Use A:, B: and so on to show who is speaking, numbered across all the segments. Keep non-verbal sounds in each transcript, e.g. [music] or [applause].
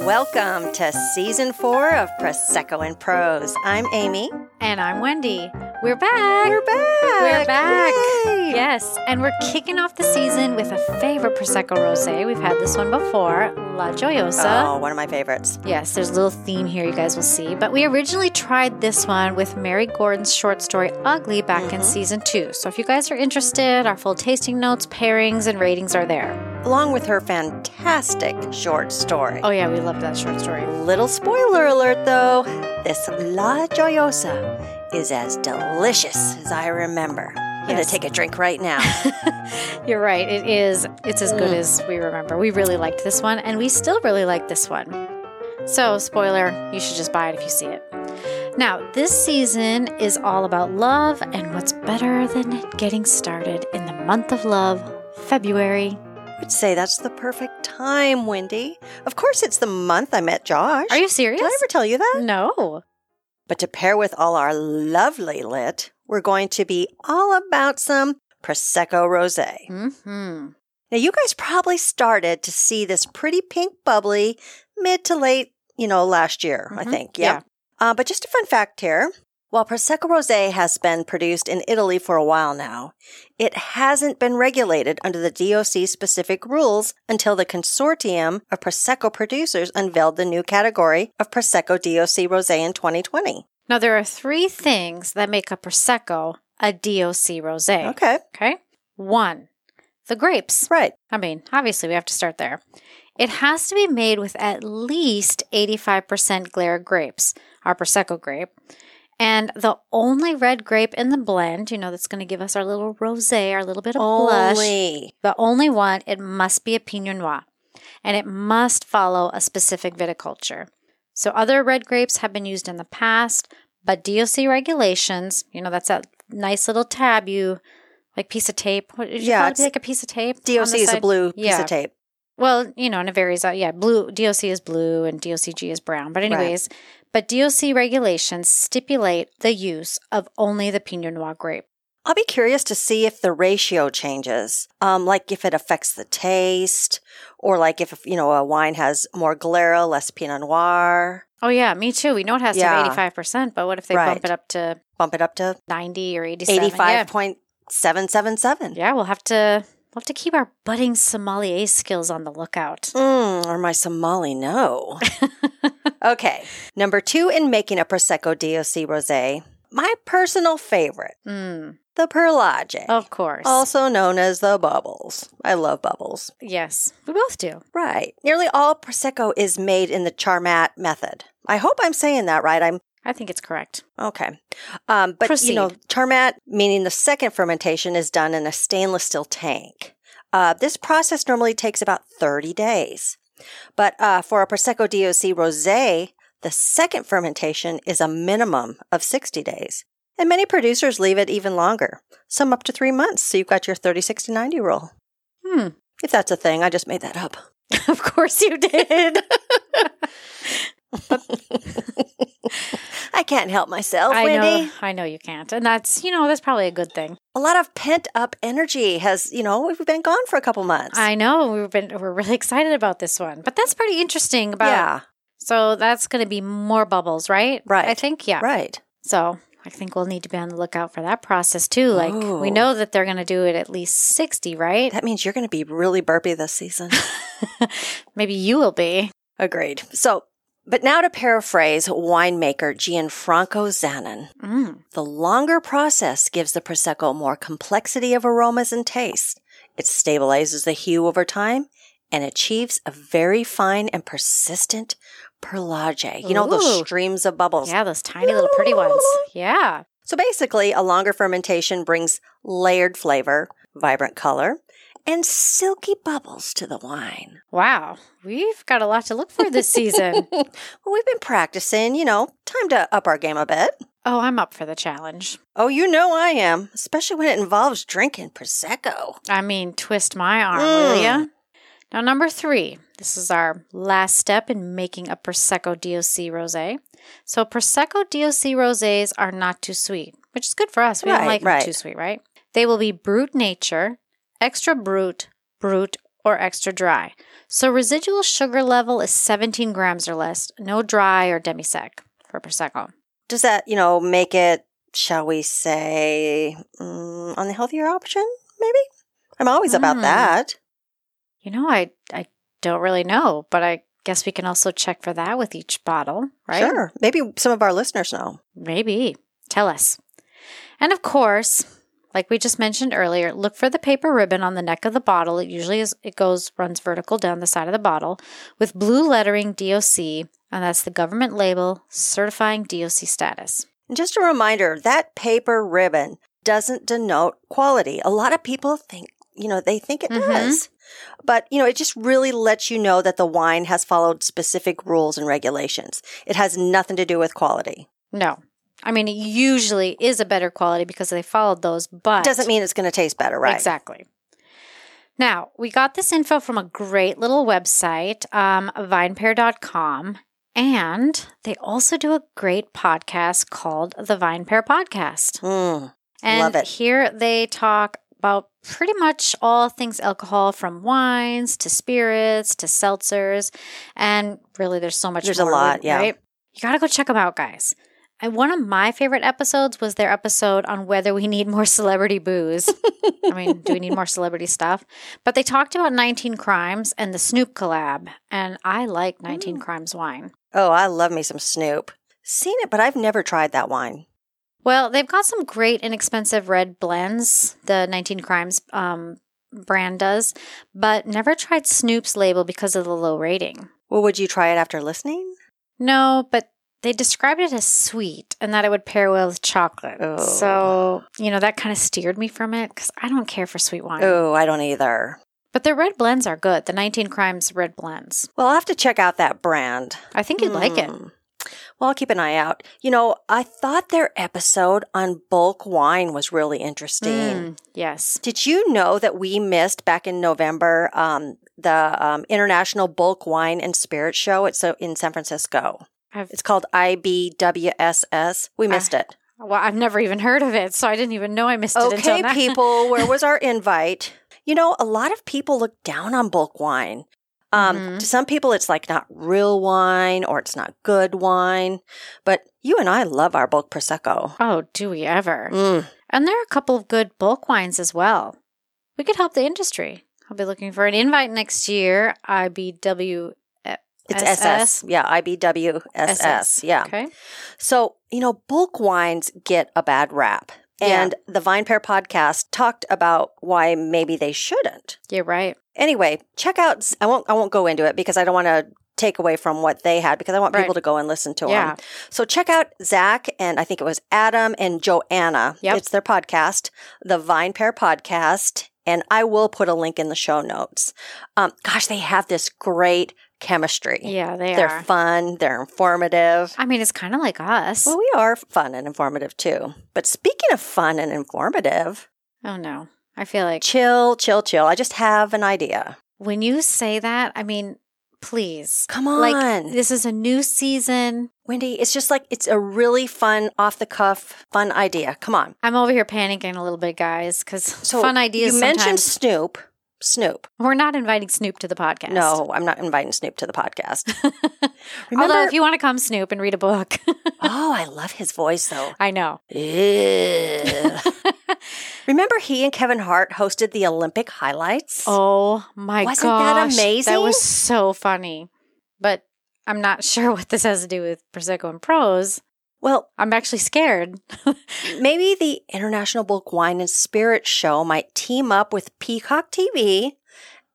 A: Welcome to season four of Prosecco and Pros. I'm Amy.
B: And I'm Wendy. We're back.
A: We're back.
B: We're back.
A: Yay.
B: Yes. And we're kicking off the season with a favorite Prosecco Rosé. We've had this one before, La Joyosa.
A: Oh, one of my favorites.
B: Yes, there's a little theme here you guys will see. But we originally tried this one with Mary Gordon's short story Ugly back in season two. So if you guys are interested, our full tasting notes, pairings, and ratings are there.
A: Along with her fantastic short story.
B: Oh, yeah, we loved that short story.
A: Little spoiler alert though, this La Joyosa is as delicious as I remember. I'm going to
B: Yes.
A: take a drink right
B: [laughs]
A: now.
B: You're right. It is. It's as good as we remember. We really liked this one, and we still really like this one. So, spoiler, you should just buy it if you see it. Now, this season is all about love and what's better than getting started in the month of love, February.
A: I would say that's the perfect time, Wendy. Of course, it's the month I met Josh.
B: Are you
A: Did
B: serious?
A: I ever tell you that?
B: No.
A: But to pair with all our lovely lit, we're going to be all about some Prosecco Rosé.
B: hmm
A: Now, you guys probably started to see this pretty pink bubbly mid to late, you know, last year, I
B: Mhm.
A: think. Yeah.
B: Yeah.
A: Uh, but just a fun fact here. While Prosecco Rosé has been produced in Italy for a while now, it hasn't been regulated under the DOC specific rules until the consortium of Prosecco producers unveiled the new category of Prosecco DOC Rosé in 2020.
B: Now, there are three things that make a Prosecco a DOC rosé.
A: Okay.
B: Okay. One, the grapes.
A: Right.
B: I mean, obviously, we have to start there. It has to be made with at least 85% Glera grapes, our Prosecco grape. And the only red grape in the blend, you know, that's going to give us our little rose, our little bit of blush.
A: Only.
B: The only one, it must be a Pinot Noir. And it must follow a specific viticulture. So other red grapes have been used in the past, but DOC regulations, you know, that's that nice little tab you, like piece of tape. What, did you
A: Yeah,
B: call it?
A: it's-
B: like a piece of tape? on
A: DOC
B: the
A: is a
B: side?
A: blue piece
B: Yeah.
A: of tape.
B: Well, you know, and it varies. Uh, yeah, blue DOC is blue and DOCG is brown. But anyways, but DOC regulations stipulate the use of only the Pinot Noir grape.
A: I'll be curious to see if the ratio changes, um, like if it affects the taste, or like if you know a wine has more Glera, less Pinot Noir.
B: Oh yeah, me too. We know it has to
A: Yeah.
B: have eighty five percent, but what if they
A: Right.
B: bump it up to
A: Bump it up to
B: ninety or eighty seven?
A: eighty-five point seven seven
B: Yeah.
A: seven.
B: yeah, we'll have to we'll have to keep our budding sommelier skills on
A: [laughs]
B: the lookout.
A: Mm, or my Somali,
B: [laughs]
A: no. okay, number two in making a prosecco DOC rosé, my personal favorite,
B: Mm,
A: the perlage,
B: of course.
A: also known as the bubbles. I love bubbles.
B: yes. We both do.
A: Right. Nearly all Prosecco is made in the Charmat method. I hope I'm saying that right. I'm
B: I think it's correct.
A: okay. Um, but, you know, Charmat, meaning the second fermentation, is done in a stainless steel tank. Uh, this process normally takes about 30 days. But uh, for a Prosecco DOC rosé, the second fermentation is a minimum of 60 days. And many producers leave it even longer, some up to three months. So you've got your 36 to 90 rule.
B: Hmm. [laughs]
A: If that's a thing, I just made that up.
B: of course
A: [laughs]
B: you did.
A: [laughs] I can't help myself,
B: I
A: Wendy.
B: know I know you can't. And that's you know, that's probably a good thing.
A: A lot of pent up energy has, you know, we've been gone for a couple months.
B: I know we've been we're really excited about this one, but that's pretty interesting. About
A: yeah,
B: so that's going to be more bubbles, right?
A: Right.
B: I think yeah.
A: right.
B: So I think we'll need to be on the lookout for that process too. Like
A: Ooh.
B: we know that they're going to do it at least sixty, right?
A: That means you're going to be really burpy this
B: [laughs]
A: season.
B: Maybe you will be.
A: Agreed. So, but now to paraphrase winemaker Gianfranco Zanon,
B: Mm.
A: the longer process gives the Prosecco more complexity of aromas and taste. It stabilizes the hue over time and achieves a very fine and persistent perlage. You know, those
B: Ooh.
A: streams of bubbles.
B: Yeah, those tiny little
A: [laughs]
B: pretty ones. Yeah.
A: So basically, a longer fermentation brings layered flavor, vibrant color, and silky bubbles to the wine.
B: Wow. We've got a lot to look for this
A: [laughs]
B: season.
A: Well, we've been practicing, you know, time to up our game a bit.
B: oh, I'm up for the challenge.
A: Oh, you know I am, especially when it involves drinking Prosecco.
B: I mean, twist my arm, will
A: Mm.
B: ya? Now, number three. This is our last step in making a Prosecco DOC rosé. So, Prosecco DOC rosés are not too sweet, which is good for us. We
A: Right,
B: don't like
A: right.
B: them too sweet, right? They will be brut nature, extra brut, brut, or extra dry. So residual sugar level is 17 grams or less, no dry or demi-sec for Prosecco.
A: Does that, you know, make it, shall we say, mm, on the healthier option, maybe? I'm always about
B: Mm.
A: that.
B: You know, I, I don't really know, but I guess we can also check for that with each bottle, right?
A: Sure. Maybe some of our listeners know.
B: Maybe. Tell us. And of course, like we just mentioned earlier, look for the paper ribbon on the neck of the bottle. It usually is it goes runs vertical down the side of the bottle with blue lettering DOC, and that's the government label certifying DOC status.
A: And just a reminder that paper ribbon doesn't denote quality. A lot of people think, you know, they think it
B: Mhm.
A: does. But, you know, it just really lets you know that the wine has followed specific rules and regulations. It has nothing to do with quality.
B: No. I mean, it usually is a better quality because they followed those, but
A: Doesn't mean it's going to taste better, right?
B: Exactly. Now, we got this info from a great little website, um, vinepair.com. And they also do a great podcast called the Vine Pair Podcast.
A: Mm.
B: And
A: Love it.
B: here they talk about pretty much all things alcohol from wines to spirits to seltzers. And really, there's so much
A: There's a
B: more.
A: lot, yeah.
B: You got to go check them out, guys. And one of my favorite episodes was their episode on whether we need more [laughs] celebrity booze. I mean, do we need more celebrity stuff? But they talked about 19 Crimes and the Snoop collab. And I like 19 Crimes wine.
A: Oh, I love me some Snoop. Seen it, but I've never tried that wine.
B: Well, they've got some great inexpensive red blends, the 19 Crimes um, brand does, but never tried Snoop's label because of the low rating.
A: Well, would you try it after listening?
B: No, but they described it as sweet and that it would pair well with chocolate.
A: Oh.
B: So, you know, that kind of steered me from it because I don't care for sweet wine.
A: Oh, I don't either.
B: But their red blends are good, the 19 Crimes red blends.
A: Well, I'll have to check out that brand.
B: I think you'd like it.
A: Hmm. Well, I'll keep an eye out. You know, I thought their episode on bulk wine was really interesting.
B: Mm, yes.
A: Did you know that we missed back in November um, the um, International Bulk Wine and Spirit Show? It's so in San Francisco.
B: I've,
A: It's called IBWSS.
B: Ah.
A: We missed it.
B: well, I've never even heard of it, so I didn't even know I missed it until
A: Okay,
B: now. [laughs]
A: people, where was our invite? You know, a lot of people look down on bulk wine. Um,
B: Mhm.
A: To some people, it's like not real wine or it's not good wine. But you and I love our bulk prosecco.
B: Oh, do we ever?
A: Mm.
B: And there are a couple of good bulk wines as well. We could help the industry. I'll be looking for an invite next year. IBW
A: It's
B: SS?
A: SS. Yeah, IBWSS. Yeah.
B: Okay.
A: So, you know, bulk wines get a bad rap.
B: Yeah.
A: And the Vine Pair podcast talked about why maybe they shouldn't.
B: You're right.
A: anyway, check out. I won't. I won't go into it because I don't want to take away from what they had because I want
B: Right.
A: people to go and listen to them.
B: Yeah.
A: So check out Zach and I think it was Adam and Joanna.
B: Yep.
A: It's their podcast, the Vine Pair Podcast, and I will put a link in the show notes. Um, gosh, they have this great chemistry.
B: Yeah, they
A: They're
B: are.
A: fun. They're informative.
B: I mean, it's kind of like us.
A: Well, we are fun and informative too. But speaking of fun and informative,
B: oh, no. I feel like
A: chill, chill, chill. I just have an idea.
B: when you say that, I mean, please.
A: Come on.
B: Like, this is a new season.
A: Wendy, it's just like it's a really fun, off the cuff, fun idea. Come on.
B: I'm over here panicking a little bit, guys, because
A: So
B: fun ideas.
A: You mentioned
B: sometimes-
A: Snoop. Snoop.
B: we're not inviting Snoop to the podcast.
A: No, I'm not inviting Snoop to the podcast. Remember?
B: [laughs] Although, if you want to come, Snoop, and read a book,
A: [laughs]
B: [laughs]
A: oh, I love his voice though.
B: I know.
A: Ugh. Remember, he and Kevin Hart hosted the Olympic highlights.
B: Oh my god.
A: Wasn't that amazing?
B: That was so funny. But I'm not [laughs] sure what this has to do with Prosecco and prose.
A: Well,
B: I'm actually scared. [laughs]
A: maybe the International Bulk Wine and Spirit Show might team up with Peacock TV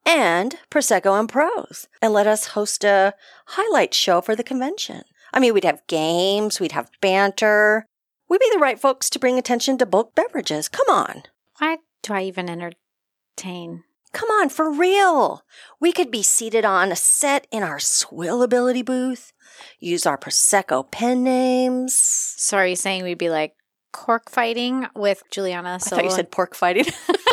A: and Prosecco and Pros and let us host a highlight show for the convention. I mean, we'd have games, we'd have banter. We'd be the right folks to bring attention to bulk beverages. Come on.
B: Why do I even entertain?
A: Come on, for real. We could be seated on a set in our swillability booth, use our Prosecco pen names.
B: So are you saying we'd be like cork fighting with Juliana
A: I
B: Solo?
A: thought you said pork fighting.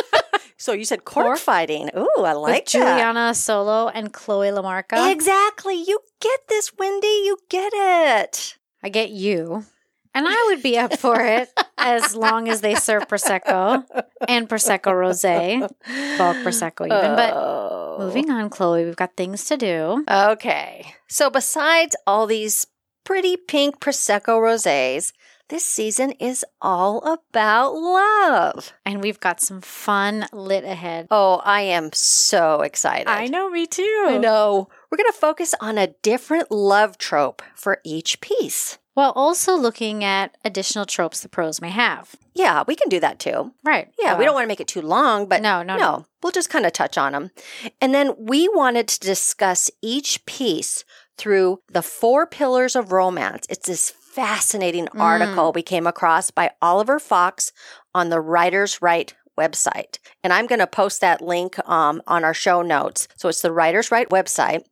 A: [laughs] so you said cork,
B: Cork?
A: fighting. Ooh, I
B: with
A: like that.
B: Juliana Solo and Chloe Lamarca.
A: Exactly. You get this, Wendy. You get it.
B: I get you. And I would be up
A: [laughs]
B: for it as long as they serve Prosecco and Prosecco Rose. Bulk Prosecco even. But
A: So
B: Moving on, Chloe, we've got things to do.
A: Oh. Okay. So besides all these pretty pink Prosecco rosés, this season is all about love.
B: And we've got some fun lit ahead.
A: Oh, I am so excited.
B: know, me too.
A: I know. We're going to focus on a different love trope for each piece.
B: While also looking at additional tropes the pros may have.
A: Yeah, we can do that too.
B: Right.
A: Yeah, we
B: Well,
A: don't want to make it too long, but
B: Uh. No, no, no.
A: we'll just kind of touch on them. And then we wanted to discuss each piece through the four pillars of romance. It's this fascinating article
B: Mm.
A: we came across by Oliver Fox on the Writers Right website. And I'm going to post that link um, on our show notes. So it's the Writers Right website.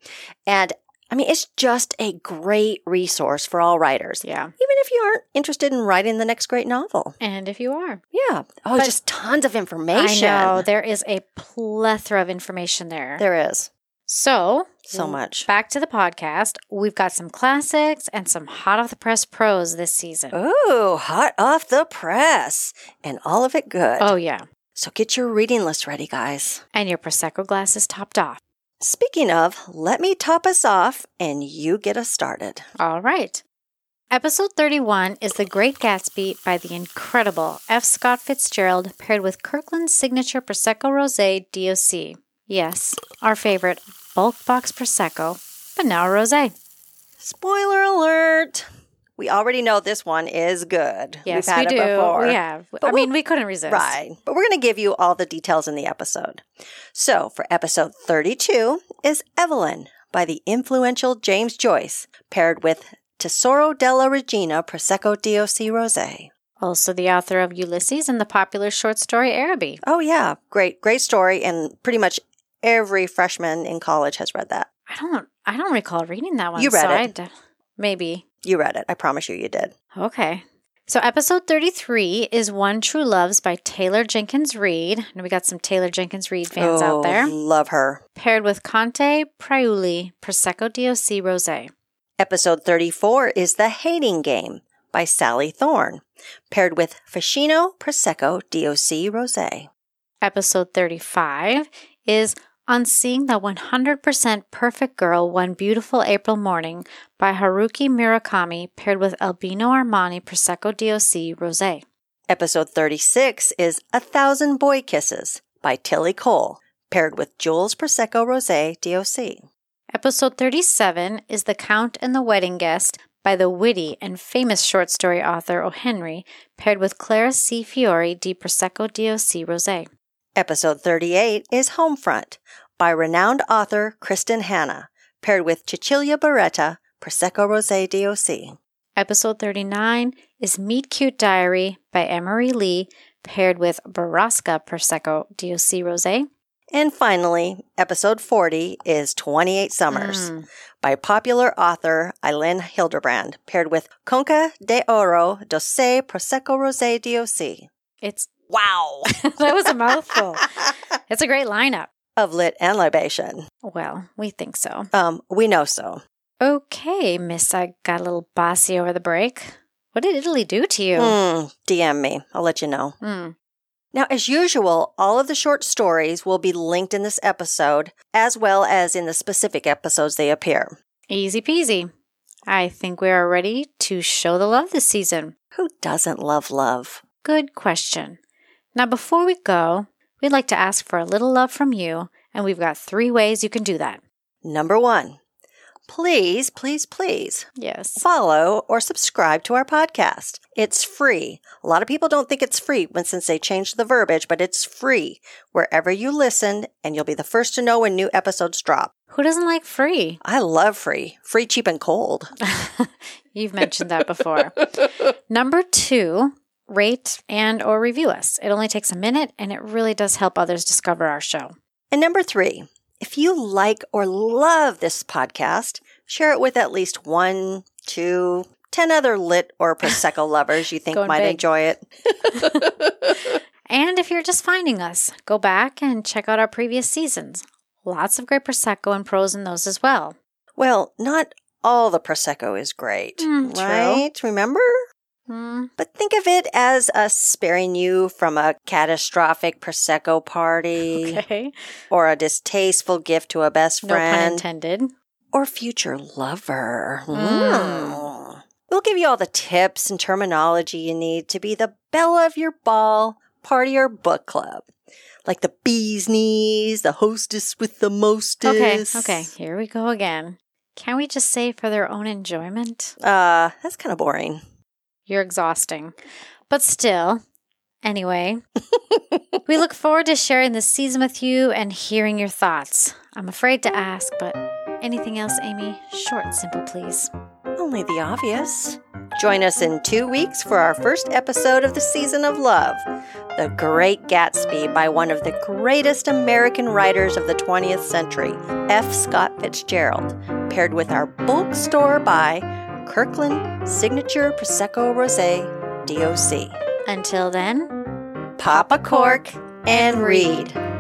A: And I mean, it's just a great resource for all writers,
B: Yeah.
A: even if you aren't interested in writing the next great novel.
B: And if you are.
A: Yeah. Oh,
B: But-
A: just tons of information.
B: I know. There is a plethora of information there.
A: There is
B: So,
A: so much.
B: back to the podcast. We've got some classics and some hot off the press pros this season.
A: Ooh, hot off the press. And all of it good.
B: Oh, yeah.
A: So get your reading list ready, guys.
B: And your Prosecco glasses topped off.
A: Speaking of, let me top us off and you get us started.
B: All right. Episode 31 is The Great Gatsby by the incredible F. Scott Fitzgerald paired with Kirkland's signature Prosecco Rosé DOC. Yes, our favorite bulk box Prosecco, but now a rosé.
A: Spoiler alert. We already know this one is good.
B: Yes,
A: We've had
B: we
A: it
B: do.
A: before.
B: We have.
A: But
B: I mean, we couldn't resist.
A: Right. But we're going to give you all the details in the episode. So, for episode 32 is Evelyn by the influential James Joyce, paired with Tesoro della Regina Prosecco DOC Rosé.
B: Also, the author of Ulysses and the popular short story Araby.
A: Oh, yeah. Great, great story. And pretty much every freshman in college has read that.
B: I don't. I don't recall reading that one.
A: You read
B: so
A: it.
B: I d- maybe.
A: You read it. I promise you, you did.
B: Okay. So, episode 33 is One True Loves by Taylor Jenkins Reid. And we got some Taylor Jenkins Reid fans
A: Oh,
B: out there.
A: Love her.
B: Paired with Conte Priuli Prosecco DOC Rosé.
A: Episode 34 is The Hating Game by Sally Thorne, paired with Fascino Prosecco DOC Rosé.
B: Episode 35 is On Seeing the 100% Perfect Girl One Beautiful April Morning by Haruki Murakami. Paired with Albino Armani Prosecco DOC Rosé.
A: Episode 36 is A Thousand Boy Kisses by Tilly Cole, paired with Jules Prosecco Rosé DOC.
B: Episode 37 is The Count and the Wedding Guest by the witty and famous short story author O. Henry, paired with Clara C. Fiore di Prosecco DOC Rosé.
A: Episode 38 is Homefront by renowned author Kristen Hanna, paired with Cecilia Beretta Prosecco Rosé DOC.
B: Episode 39 is Meet Cute Diary by Emery Lee, paired with Barasca Prosecco DOC Rosé.
A: And finally, episode 40 is 28 Summers
B: Mm.
A: by popular author Eileen Hildebrand, paired with Conca de Oro Doce Prosecco Rosé DOC.
B: It's [laughs]
A: Wow!
B: that was a mouthful. It's a great lineup.
A: of lit and libation.
B: Well, we think so.
A: Um, we know so.
B: Okay, Miss, I got a little bossy over the break. What did Italy do to you?
A: Mm, DM me. I'll let you know.
B: Mm.
A: Now, as usual, all of the short stories will be linked in this episode, as well as in the specific episodes they appear.
B: Easy peasy. I think we are ready to show the love this season.
A: Who doesn't love love?
B: Good question. Now, before we go, we'd like to ask for a little love from you, and we've got three ways you can do that.
A: Number one, please, please, please
B: Yes.
A: follow or subscribe to our podcast. It's free. A lot of people don't think it's free when since they changed the verbiage, but it's free wherever you listen, and you'll be the first to know when new episodes drop.
B: Who doesn't like free?
A: I love free, free, cheap, and cold.
B: You've mentioned that [laughs] before. Number two, rate and or review us. It only takes a minute and it really does help others discover our show.
A: And number three, if you like or love this podcast, share it with at least one, two, ten other lit or
B: [laughs]
A: prosecco lovers you think
B: Going
A: might
B: big.
A: enjoy it.
B: And if you're just finding us, go back and check out our previous seasons. Lots of great prosecco and pros in those as well.
A: Well, not all the prosecco is great,
B: Mm, true.
A: right? Remember?
B: Hmm.
A: But think of it as us sparing you from a catastrophic Prosecco party
B: [laughs] Okay.
A: or a distasteful gift to a best
B: No pun
A: friend
B: intended.
A: or future lover.
B: Hmm. Mm.
A: Mm. We'll give you all the tips and terminology you need to be the belle of your ball, party, or book club. Like the bee's knees, the hostess with the
B: Okay.
A: mostest.
B: Okay. Here we go again. Can we just say for their own enjoyment?
A: Uh, that's kind of boring.
B: You're exhausting. But still, anyway, we look forward to sharing this season with you and hearing your thoughts. I'm afraid to ask, but anything else, Amy? Short and simple, please.
A: Only the obvious. Join us in two weeks for our first episode of the season of love, The Great Gatsby by one of the greatest American writers of the 20th century, F. Scott Fitzgerald, paired with our bulk store by Kirkland Signature Prosecco Rosé DOC.
B: Until then,
A: Pop a cork and read.